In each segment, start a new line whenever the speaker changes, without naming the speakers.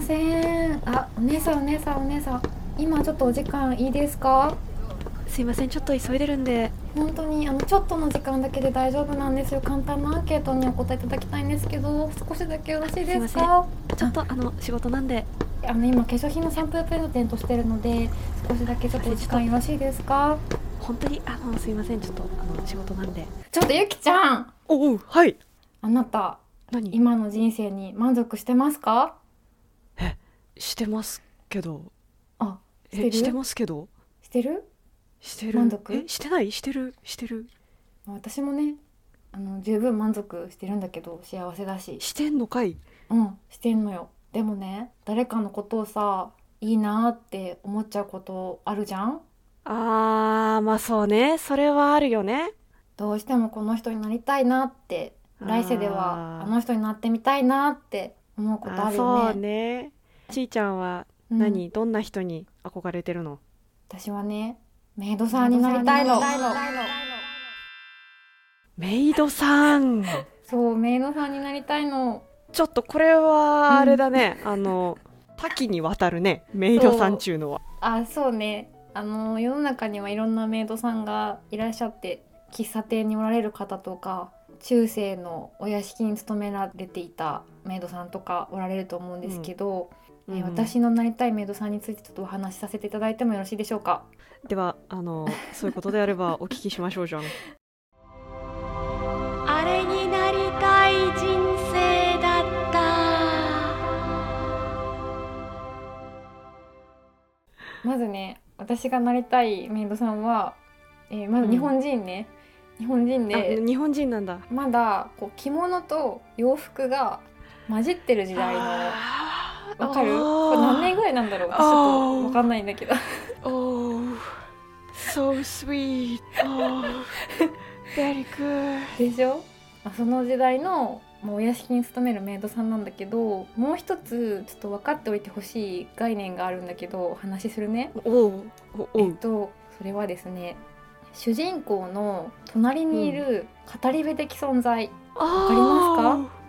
せんあお姉さんお姉さんお姉さん今ちょっとお時間いいですか
すいませんちょっと急いでるんで
本当にあのちょっとの時間だけで大丈夫なんですよ簡単なアンケートにお答えいただきたいんですけど少しだけよろしいです
すい
か
ちょっとあの仕事なんで
あの今化粧品のサンプルプレゼントしてるので少しだけちょっとお時間よろしいですか
本当にあのすいませんちょっとあの仕事なんで
ちょっとゆきちゃん
おおはい
あなた
何
今の人生に満足してますか
してますけど
あして
え
る
してますけど
してる
してる
満足
えしてないしてるしてる
私もねあの十分満足してるんだけど幸せだし
してんのかい
うんしてんのよでもね誰かのことをさいいなーって思っちゃうことあるじゃん
あーまあそうねそれはあるよね
どうしてもこの人になりたいなって来世ではあ
あー
の人になってみたいなって思うことあ
あ
る
そ
よ
う
ね
ねちーちゃんは
うん
何、どんな人に憧れてるの
私はねメイドさんになりたいの
メイドさん
そうメイドさんになりたいの
ちょっとこれはあれだね、あの多岐にわたるねメイドさんちゅうのは
あそうねあの世の中にはいろんなメイドさんがいらっしゃって喫茶店におられる方とか中世のお屋敷に勤められていたメイドさんとかおられると思うんですけど、え
うん
私のなりたいメイドさんについてちょっとお話しさせていただいてもよろしいでしょうか
ではあのそういうことであればお聞きしましょうじゃん
あれになりたい人生だった
まずね私がなりたいメイドさんは、えーまず日本人ね、日本人で
あ日本人なんだ
まだこう着物と洋服が混じってる時代の。
あー
わかる
あー
これ何年ぐらいなんだろう私ちょっとわかんないんだ けど
Oh, so sweet. Oh, very good.
でしょまあその時代のまあお屋敷に勤めるメイドさんなんだけどもう一つちょっと分かっておいてほしい概念があるんだけどお話しするね
おうおお
えっとそれはですね主人公の隣にいる語り部的存在、
わ
か
す
り
か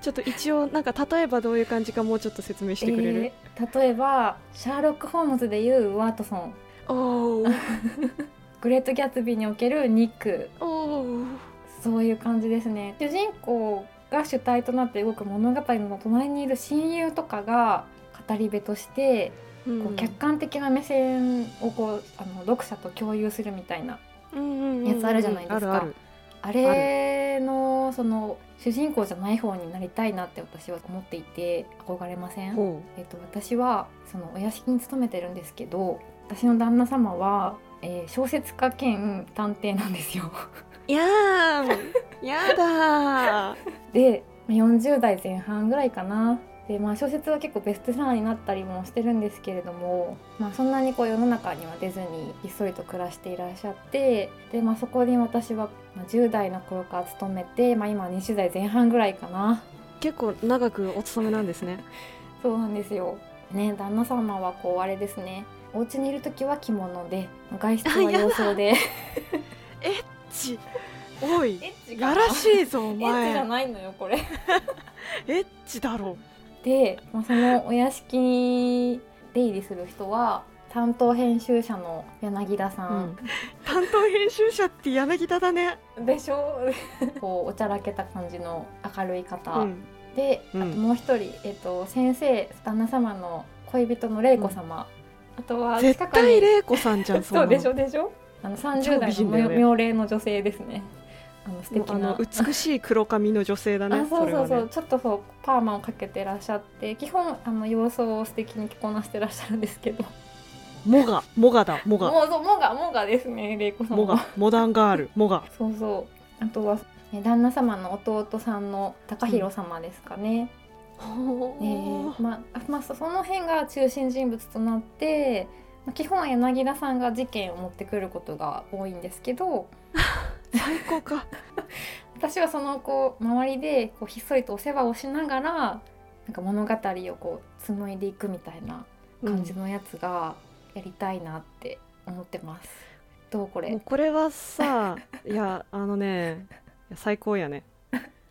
ちょっと一応なんか例えばどういう感じかもうちょっと説明してくれる、
えー例えばシャーロック・ホームズでいうワトソン
おー、
グレート・ギャツビーにおけるニック
おお
そういう感じですね主人公が主体となって動く物語の隣にいる親友とかが語り部として
う
こうん客観的な目線をこうあの読者と共有するみたいな
うんうんうん
やつあるじゃないですか
あるある
あれのその主人公じゃない方になりたいなって私は思っていて憧れません、
ほ
えっと、私はそのお屋敷に勤めてるんですけど私の旦那様は、えー小説家兼探偵なんですよ。
うやーんやだー
でまあ40代前半ぐらいかなで、まあ、小説は結構ベストセラーになったりもしてるんですけれども、まあ、そんなにこう世の中には出ずにひっそりと暮らしていらっしゃってで、まあ、そこに私はまあ10代の頃から勤めて、まあ、今は20代前半ぐらいかな
結構長くお勤めなんですね
そうなんですよ。ね旦那様はこうあれですねお家にいる時は着物で外出は洋装で
ちおい
エッチ
やらしいぞお
エッチじ
前
ゃないのよこれ
エッチだろ
で、まあ、そのお屋敷に出入りする人は担当編集者の柳田さん、
担当編集者って柳田だね、
でしょ こうおちゃらけた感じの明るい方、
うん、
で、
うん
あともう一人、えっと先生旦那様の恋人の玲子様、あとは
絶
近く
対
に
玲子さんじゃんんな
そ
の
うでしょ でしょあの30
超美
代の
人だよね
妙齢の女性ですねあの素
もう
敵
あ
な
の美しい黒髪の女性だね
あそうそう
れ
そう
はね
ちょっとそうパーマをかけてらっしゃって基本あの様相を素敵に着こなしてらっしゃるんですけど
モガモガだモガ
もうそうもがもがですね玲子さん
モ
は
ガモダンガー ルモガ
そうそうあとはね旦那様の弟さんの高弘様ですかね、えーまあまあそその辺が中心人物となってまあ基本は柳田さんが事件を持ってくることが多いんですけど
最高か
私はそのこう周りでこうひっそりとお世話をしながらなんか物語をこう紡いでいくみたいな感じ
うん
のやつがやりたいなって思ってます。どうこ
もう
れ
これはさいやあのねいや最高やね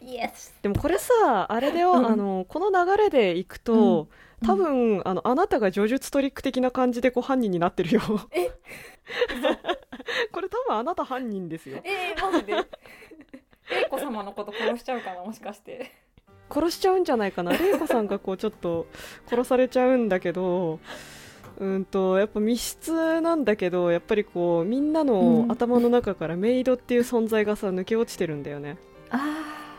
イエス
でもこれさあれだよ、
うん
あのこの流れでいくと、多分、あのあなたが叙述トリック的な感じでこう犯人になってるよ これ多分あなた犯人ですよ
えー、マジで A 子様のこと殺しちゃうかなもしかして
殺しちゃうんじゃないかな玲子さんがこうちょっと殺されちゃうんだけどうんとやっぱ密室なんだけどやっぱりこうみんなの
うん
頭の中からメイドっていう存在がさ抜け落ちてるんだよね。
あ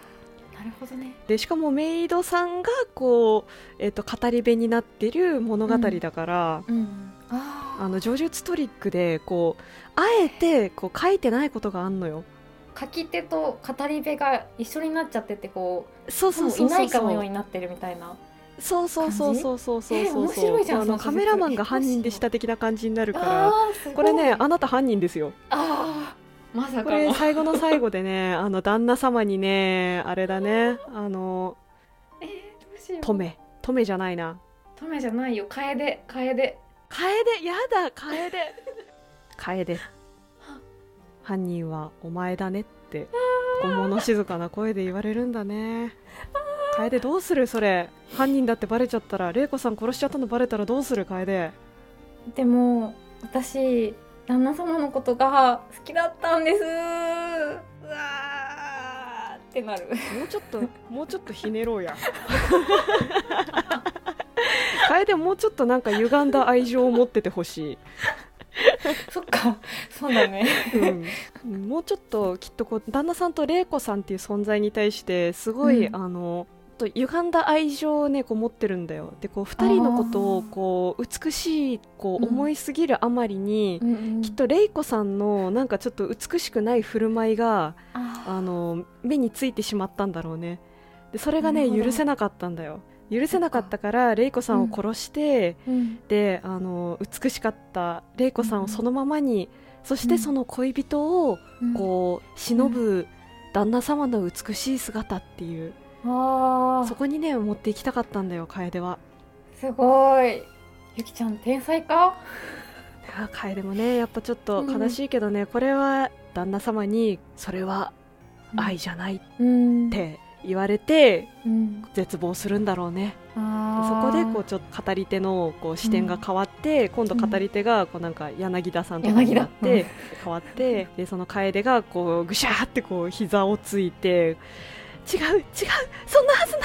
あなるほどね
でしかもメイドさんがこう、えっと語り部になってる物語だから、
うんあ
あの叙述トリックでこうあえてこう書いてないことがあんのよ。
あ書き手と語り部が一緒になっちゃっててこ
そう
う
そう
も
そうう
い
そ
な
う
いか
そ
のよう
う
になってるみたいな
そうそうそうそうそうそう
えー面白いじゃ
あ
んその
の
叙述
カメラマンが犯人でした的な感じになるから。
あーすごい
これね、
あ
あなた犯人ですよ。
あーまさ
こ
かの
れ最後の最後で ね、あの旦那様にね、あれだね、あの、
えー、どうしよう
止め、止めじゃないな。
トメじゃないよ楓楓
楓、やだ、楓。 楓。犯人はお前だねって、こう物静かな声で言われるんだね。楓どうするそれ。犯人だってバレちゃったら、玲子さん殺しちゃったのバレたらどうする楓。
でも私旦那様のことが好きだったんですうわーって なる
もうちょっと、もうちょっとひねろうや。楓もうちょっとなんか歪んだ愛情を持っててほし
そっかそうだね
い、うん、もうちょっときっとこう旦那さんと玲子さんっていう存在に対してすごい、
うん
あのちょっと歪んだ愛情をねこう持ってるんだよでこう2人のことをこう美しいこう
うん
思いすぎるあまりに、きっと玲子さんのなんかちょっと美しくない振る舞いが
あ
あの目についてしまったんだろうねでそれがね
なるほど
許せなかったんだよ許せなかったから玲子さんを殺して、
ー、うん、
であの美しかった玲子さんをそのままに、そしてその恋人をこう忍ぶ旦那様の美しい姿っていう、
うんあ
そ
ー
こにね持っていきたかったんだよ楓は
すごいゆきちゃん天才か
いや楓もねやっぱちょっと
うん
悲しいけどね、これは旦那様に「それは愛じゃない」っ
うん、
て言われて
うん、
絶望するんだろうね、そ
あ
こでこう
う
ちょっと語り手のこう視点が変わって、今度語り手がこうなんか柳田さんとかになって、
柳
変わってでその楓がこうぐしゃーってこう膝をついて違う違うそんなはずない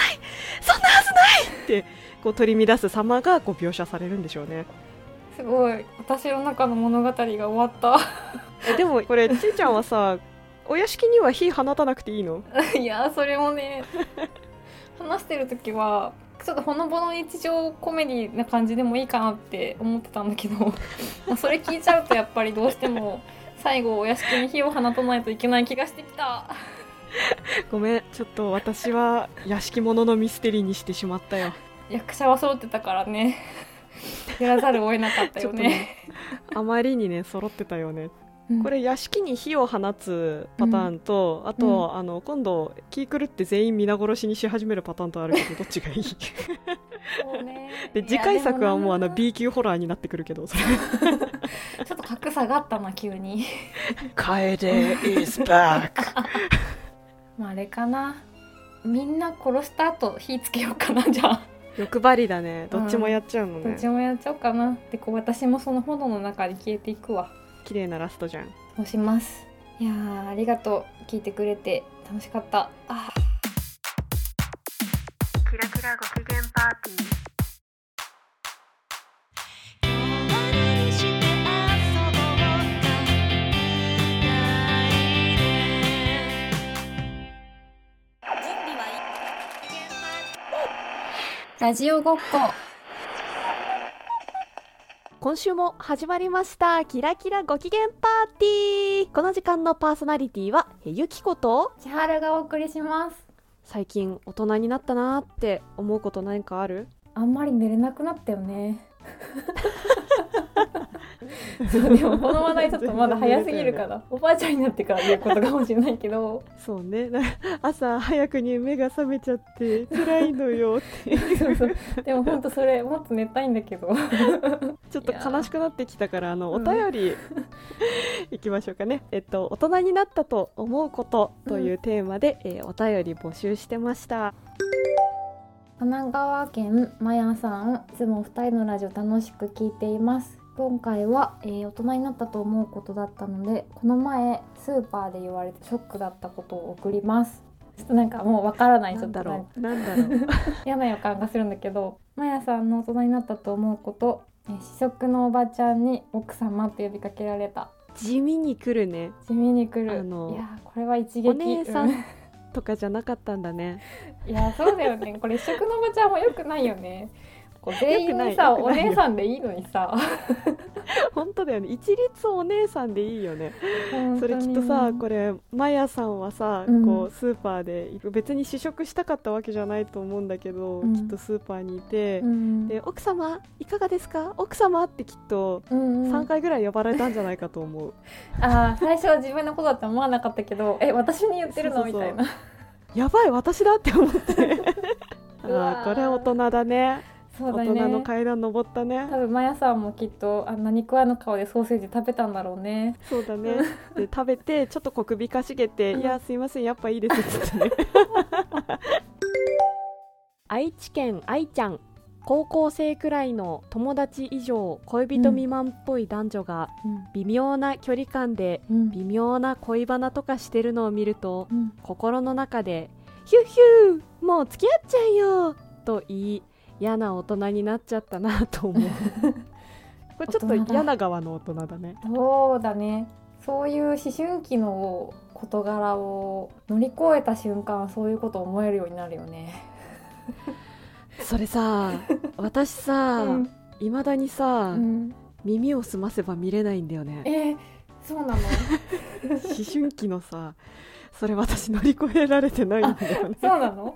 そんなはずないってこう取り乱す様がこう描写されるんでしょうね
すごい私の中の物語が終わっ
えでもこれちいちゃんはさお屋敷には火放たなくていいの
た いやーそれも ね話してる時はちょっとほのぼの日常コメディな感じでもいいかなって思ってたんだけど まあそれ聞いちゃうとやっぱりどうしても最後お屋敷に火を放たないといけない気がしてきた
ごめんちょっと私は屋敷物のミステリーにしてしまったよ
役者は揃ってたか らねやらざるを得なかった
ちょ
よ
っと
ね
ねあまりにね揃ってたよね
うん
これ屋敷に火を放つパターンと、あと、あの今度気狂って全員皆殺しにし始めるパターンとあるけどどっちがいい
そうね
で
いや
次回作はもうあ
で
の
な
B 級ホラーになってくるけどそれ
ちょっと格差があったな急に
「楓 is back
まああれかなみんな殺した後火つけようかなじゃあ」
欲張りだねどっちもやっちゃうの
どっ
ね
ちもやっちゃおうかなでこう私もその炎の中に消えていくわ
綺麗なラストじゃん
そうしますいやーありがとう聞いてくれて楽しかったあー
キラキラご機嫌パーティー
ラジオごっこ
今週も始まりましたキラキラご機嫌パーティーこの時間のパーソナリティはゆきこと
千春がお送りします
最近大人になったなーって思うこと何かある
あんまり寝れなくなったよね。そうでもこの話題ちょっとまだ早すぎる からおばあちゃんになってから言うことかもしれないけど
そうね な朝早くに目が覚めちゃって辛いのよって
そうそうでもほんとそれもっと寝たいんだけど
ちょっと悲しくなってきたからあの
う
お
ん
便り、 いきましょうかねえっと大人になったと思うことというテーマで、えーお便り募集してました
神奈川県まやさんいつもお二人のラジオ楽しく聞いています今回は、えー大人になったと思うことだったのでこの前スーパーで言われてショックだったことを送りますちょっとなんかもうわからない
な
ちょ
ん
っ
だ
と
ろうなんだろ う
嫌な予感がするんだけどマヤさんの大人になったと思うことえー試食のおばちゃんに奥様って呼びかけられた
地味に来るね
地味に来る
あの
いやーこれは一撃
お姉さん
う
とかじゃなかったんだね
いやそうだよ ねこれ試食のおばちゃんも良くないよねこう全員に
良
さ
く
お
ない良くないよ
姉さんでいいのにさ
本当だよね一律お姉さんでいいよね そ
そ
れきっとさこれマヤさんはさ、
うん
こうスーパーで行く別に試食したかったわけじゃないと思うんだけど、
うん
きっとスーパーにいて、
うん
で奥様いかがですか奥様ってきっと
うんうん
3回ぐらい呼ばれたんじゃないかと思う、
あー最初は自分のことだと思わなかったけどえ私に言ってるの
そうそう
み
そう
たいな
やばい私だって思って あ
うわ
ー
ー
これ大人だね
そうだ
大
よね
人の階段登ったね
多分マヤさんもきっとあんなに食わぬ顔でソーセージ食べたんだろうね
そうだねで食べてちょっと小首かしげて「
うん
いやすいませんやっぱいいです」っつってね 愛知県愛ちゃん高校生くらいの友達以上恋人未満っぽい男女が微妙な距離感で
うん
微妙な恋バナとかしてるのを見ると
うん
心の中で「ヒューヒューもう付き合っちゃえよ!」と言い嫌な大人になっちゃったなと思う これちょっと
大人だ
嫌な側の大人だね
そうだねそういう思春期の事柄を乗り越えた瞬間そういうこと思えるようになるよね。
それ さ私さ
うん
いま、未だに
う
さ、
ん、
耳を澄ませば見れないんだよね
えーそうなの
思春期のさそれ私乗り越えられてないんだよね
そうな の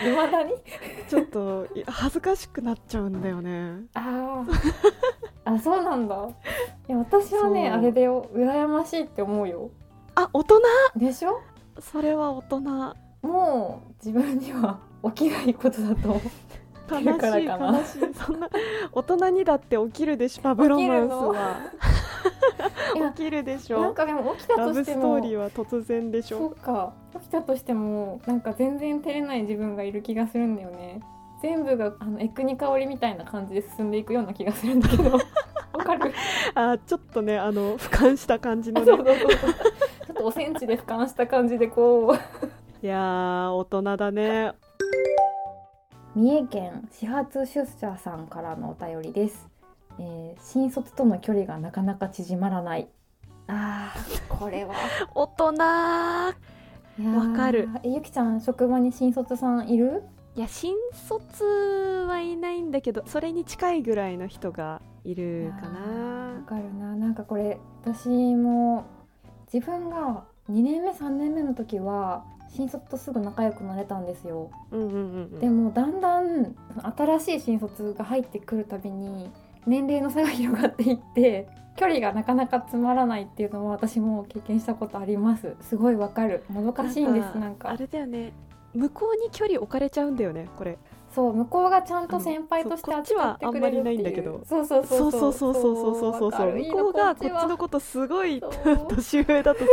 未だに
ちょっとい恥ずかしくなっちゃうんだよね
あーあそうなんだいや私はね
そう
あれだよ羨ましいって思うよ
あ大人
でしょ
それは大人
もう自分には起きないことだと
悲
てるから
しい
か
悲
な
しいそんな大人にだって起きるでしょパブロマンスは
いや
起きるでし
なん
ょ
かでも起きた
ラ
と
ブ
し
ス
て
ト
も
ーリーは突然でし
そう
ょ
か起きたとしてもなんか全然照れない自分がいる気がするんだよね全部があのエクニ香りみたいな感じで進んでいくような気がするんだけ どわかる
あちょっとねあの俯瞰した感じ
そ
の
うそ
ね
うそうちょっとおセンチで俯瞰した感じでこ
いやー大人だね
う三重県始発出社さんからのお便りです、えー新卒との距離がなかなか縮まらないあーこれは
大人
いやー
わかる
えゆきちゃん職場に新卒さんいる
いや新卒はいないんだけどそれに近いぐらいの人がいるか
わ
な
かるななんかこれ私も自分が2年目3年目の時は新卒とすぐ仲良くなれたんですよ、
うんうんうんう
で
ん
もだんだん新しい新卒が入ってくるたびに年齢の差が広がっていって距離がなかなか詰まらないっていうのも私も経験したことありますすごいわかるもどかしいんですなんか
あれだよね向こうに距離置かれちゃうんだよねこれ
そう向こうがちゃんと先輩として
あのそう
扱ってくれる
こっちはあんまり
って
ないんだ
い
け
う
ど
そうそうそ
そううそうそうそうそうそうそう
わかるいい
向
な
こうがこ
こっち
っち
は
のことすごい
そう
年上だとさ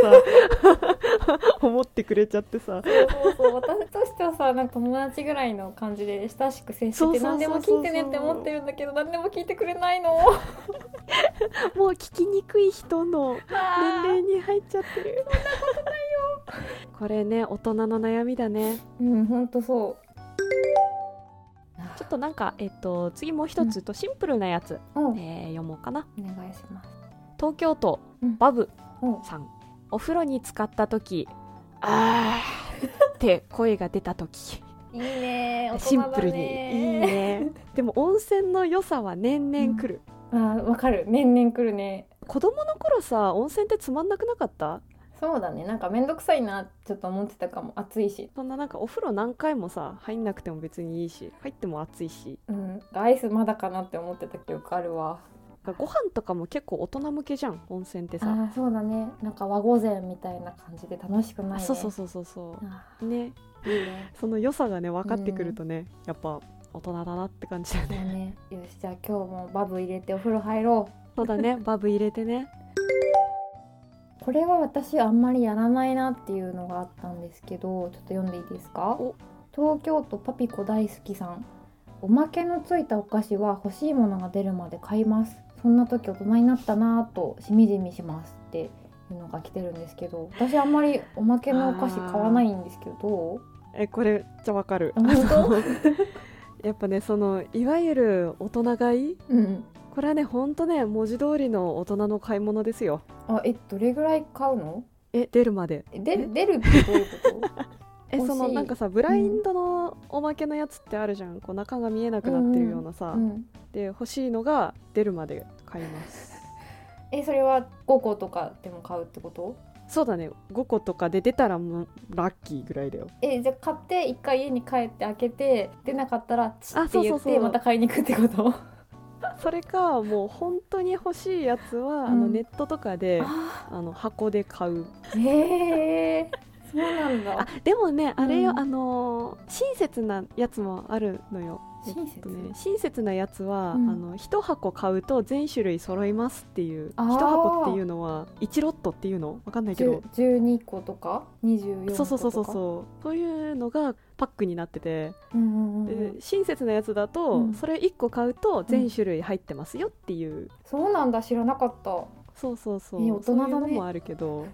思ってくれちゃってさ
そうそう私としてはさなんか友達ぐらいの感じで親しく接
そ
し
うそう
て
そうそう
何でも聞いてねって思ってるんだけど何でも聞いてくれないの。
もう聞きにくい人の年齢に入っちゃってるそんなことないよこれね大人の悩みだね
うん本当そう。
ちょっとなんか、えっと、次もう一つとシンプルなやつ、
うんお願
えー読もうかない
します。
東京都
うん
バブ
うん
さん、お風呂に浸かった時あーって声が出た時
いいね大
シ
人
ンプ
だ
ルにいい
ね。
ねでも温泉の良さは年々来る、
あわかる年々来るね。
子供の頃さ温泉ってつまんなくなかった
そうだねなんか面倒くさいなってちょっと思ってたかも暑いし。
そんななんかお風呂何回もさ入んなくても別にいいし入っても暑いし
うんアイスまだかなって思ってた記憶あるわ。
なんかご飯とかも結構大人向けじゃん温泉ってさ、
あそうだねなんか和御膳みたいな感じで楽しくないね。
あそうそうそうそうそ
あ
うね
いいね。
その良さがね分かってくるとね、やっぱ大人だなって感じだよ
だ
ね
ね。よしじゃあ今日もバブ入れてお風呂入ろ
そうだ ねバブ入れてね
う。これは私あんまりやらないなっていうのがあったんですけど、ちょっと読んでいいですか
お？
東京都パピコ大好きさんおまけのついたお菓子は欲しいものが出るまで買いますそんな時大人になったなぁとしみじみしますっていうのが来てるんですけど私あんまりおまけのお菓子買わないんですけどど
えこれじゃわかる
あ本当
あのやっぱねそのいわゆる大人買いう
うん
これはねほんとね文字通りの大人の買い物ですよ
あえどれぐらい買うの
え出るまで
えで出るってどうい うこと
え
欲しい
そのなんかさブラインドのおまけのやつってあるじゃんこう中が見えなくなってるようなさ、
うん
で欲しいのが出るまで買います
えそれは5個とかでも買うってこと
そうだね5個とかで出たらもうラッキーぐらいだよ
えじゃあ買って一回家に帰って開けて出なかったらチッ
あ
て
そう
言
そう
っ
そう
てまた買いに行くってこと
それかもう本当に欲しいやつは、
うん
あのネットとかで
あ
あの箱で買う
へえそうなんだ
あでもねあれよ、
うん
あのー親切なやつもあるのよ
親切
えっとね、親切なやつは、
うん
あの一箱買うと全種類揃いますっていう一
あー
箱っていうのは1ロットっていうのわかんないけど
10 12個とか24個と
そ
か
うそうそうそうそうそういうのがパックになってて、
うんうんうんうん
で親切なやつだと、
うん
それ1個買うと全種類入ってますよっていう、
そうなんだ知らなかった
そうそうそう、
ね大人
そうい
だ
うの
ね
もあるけど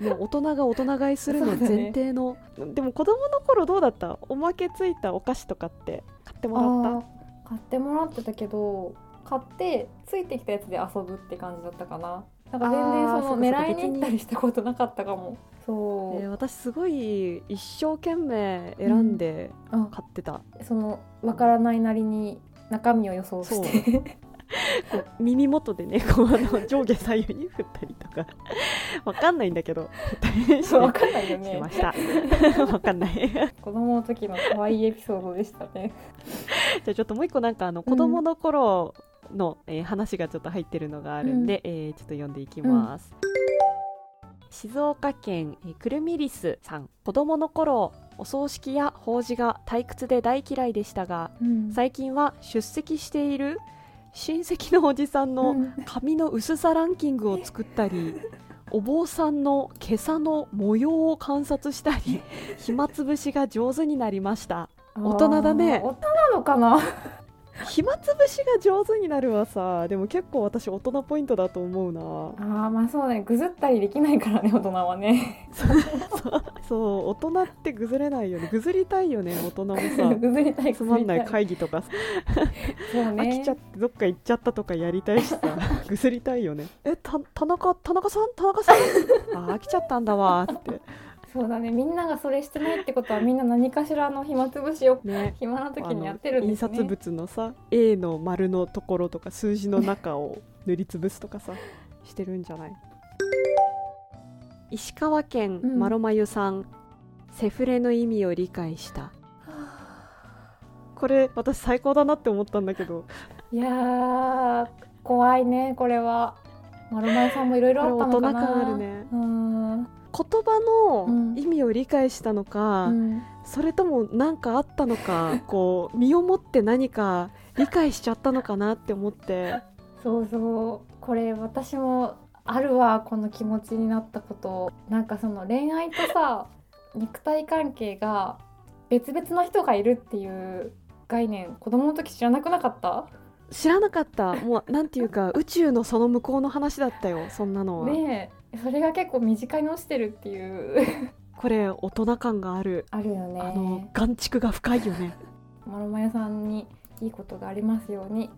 もう大人が大人買いするの
そうだね
前提の、でも子供の頃どうだったおまけついたお菓子とかって買ってもらっ
あー買ってもらってたけど買ってついてきたやつで遊ぶって感じだったかななんか全然
あー
その
そっかそっか
狙いに行ったりしたことなかったかも
た、
そう、
えー私すごい一生懸命選んで
あ
買ってた、
そのわからないなりに中身を予想して
こう耳元でねこうあの上下左右に振ったりとかわかんないんだけど振ったりして
そうわかんない よ
して
ね
ました わかんないじゃ
子供の時の可愛いエピソードでしたね
あちょっともう一個なんかあの子供の頃の、えー話がちょっと入ってるのがあるんで、えーちょっと読んでいきます、静岡県えーくるみりすさん子供の頃お葬式や法事が退屈で大嫌いでしたが
うん
最近は出席している親戚のおじさんの
うん
髪の薄さランキングを作ったり お坊さんの袈裟の模様を観察した り暇つぶしが上手になりました大人だね
あー大人なのかな
暇つぶしが上手になるはさでも結構私大人ポイントだと思う
あ
な
ーまあそうねぐずったりできないからね大人はね
そう大人ってぐずれないよねぐずりたいよね大人もさ
ぐずりたい
つまんない
ぐずりた
会議とかさ
そうね
飽きちゃってどっか行っちゃったとかやりたいし さぐずりたいよねえた田中田中さん田中さんあ飽きちゃったんだわーって
そうだねみんながそれしてないってことはみんな何かしらの暇つぶしを
ね
暇な時にやって
あ
る
の
んで
印
すね
刷物のさ A の丸のところとか数字の中を塗りつぶすと かさしてるんじゃない石川県
うん
マロマユさん、セフレの意味を理解したこれ私最高だなって思ったんだけど
いやー怖いねこれは丸前さんもいろいろあったのかな
これ大人感あるね
うーん
言葉の意味を理解したのか、
うん
それとも何かあったのかこう身をもって何か理解しちゃったのかなって思って
そうそうこれ私もあるわこの気持ちになったことなんかその恋愛とさ 肉体関係が別々の人がいるっていう概念子供の時知らなくなかった
知らなかったもうなんていうか宇宙のその向こうの話だったよそんなのは、
ねえそれが結構身近に落ちてるっていう
これ大人感がある、
あるよね
あの眼蓄が深いよね
マロマヤさんにいいことがありますように。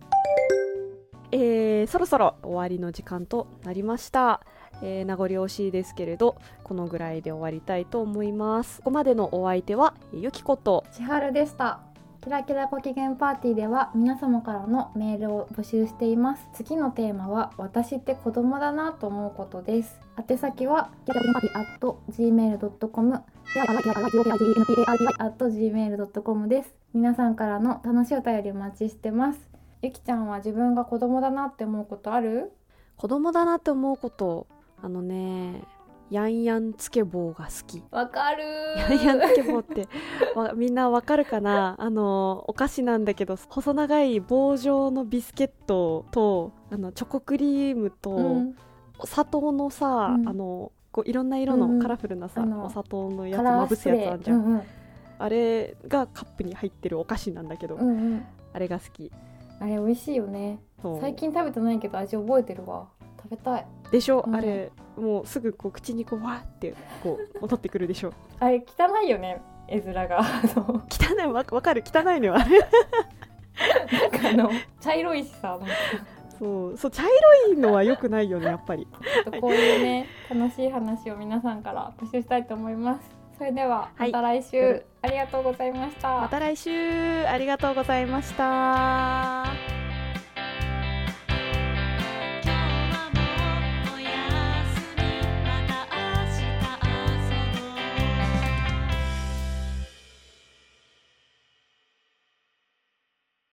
えーそろそろ終わりの時間となりましたえー名残惜しいですけれどこのぐらいで終わりたいと思いますここまでのお相手はゆきこと
千春でした。キラキラご機嫌パーティーでは皆様からのメールを募集しています。次のテーマは私って子供だなと思うことです。宛先はキラキラパーティー at gmail.com キラキラパーティー at gmail.com です。皆さんからの楽しいお便りお待ちしてます。ゆきちゃんは自分が子供だなって思うことある
子供だなって思うことあのねやんやんつけ棒が好き
わかる
やんやんつけ棒ってわみんなわかるかなあのお菓子なんだけど細長い棒状のビスケットとあのチョコクリームと、
うん、
お砂糖のさ、
うん
あのこういろんな色
うんう
の
ん
カラフルなさ、
あの
お砂糖のや
カ
つ
ラ
ま
ー
ぶ
ス
す
プ
やつ
レ
あ
ー
るじゃん、
うんうん、
あれがカップに入ってるお菓子なんだけど、
うんうん
あれが好き
あれ美味しいよね
そう
最近食べてないけど味覚えてるわ食べたい
でしょ、
うん
あれもうすぐこう口にこうわーってこう 戻ってくるでしょ
あれ汚いよね絵面 があの
汚いわわかる汚いのよあれ
なんかあの茶色いしさなんか
そうそう茶色いのは良くないよねやっぱり
ちょっとこういうね楽しい話を皆さんから募集したいと思いますそれでは
は
ま
い
た来週、ありがとうございました
また来週ありがとうございました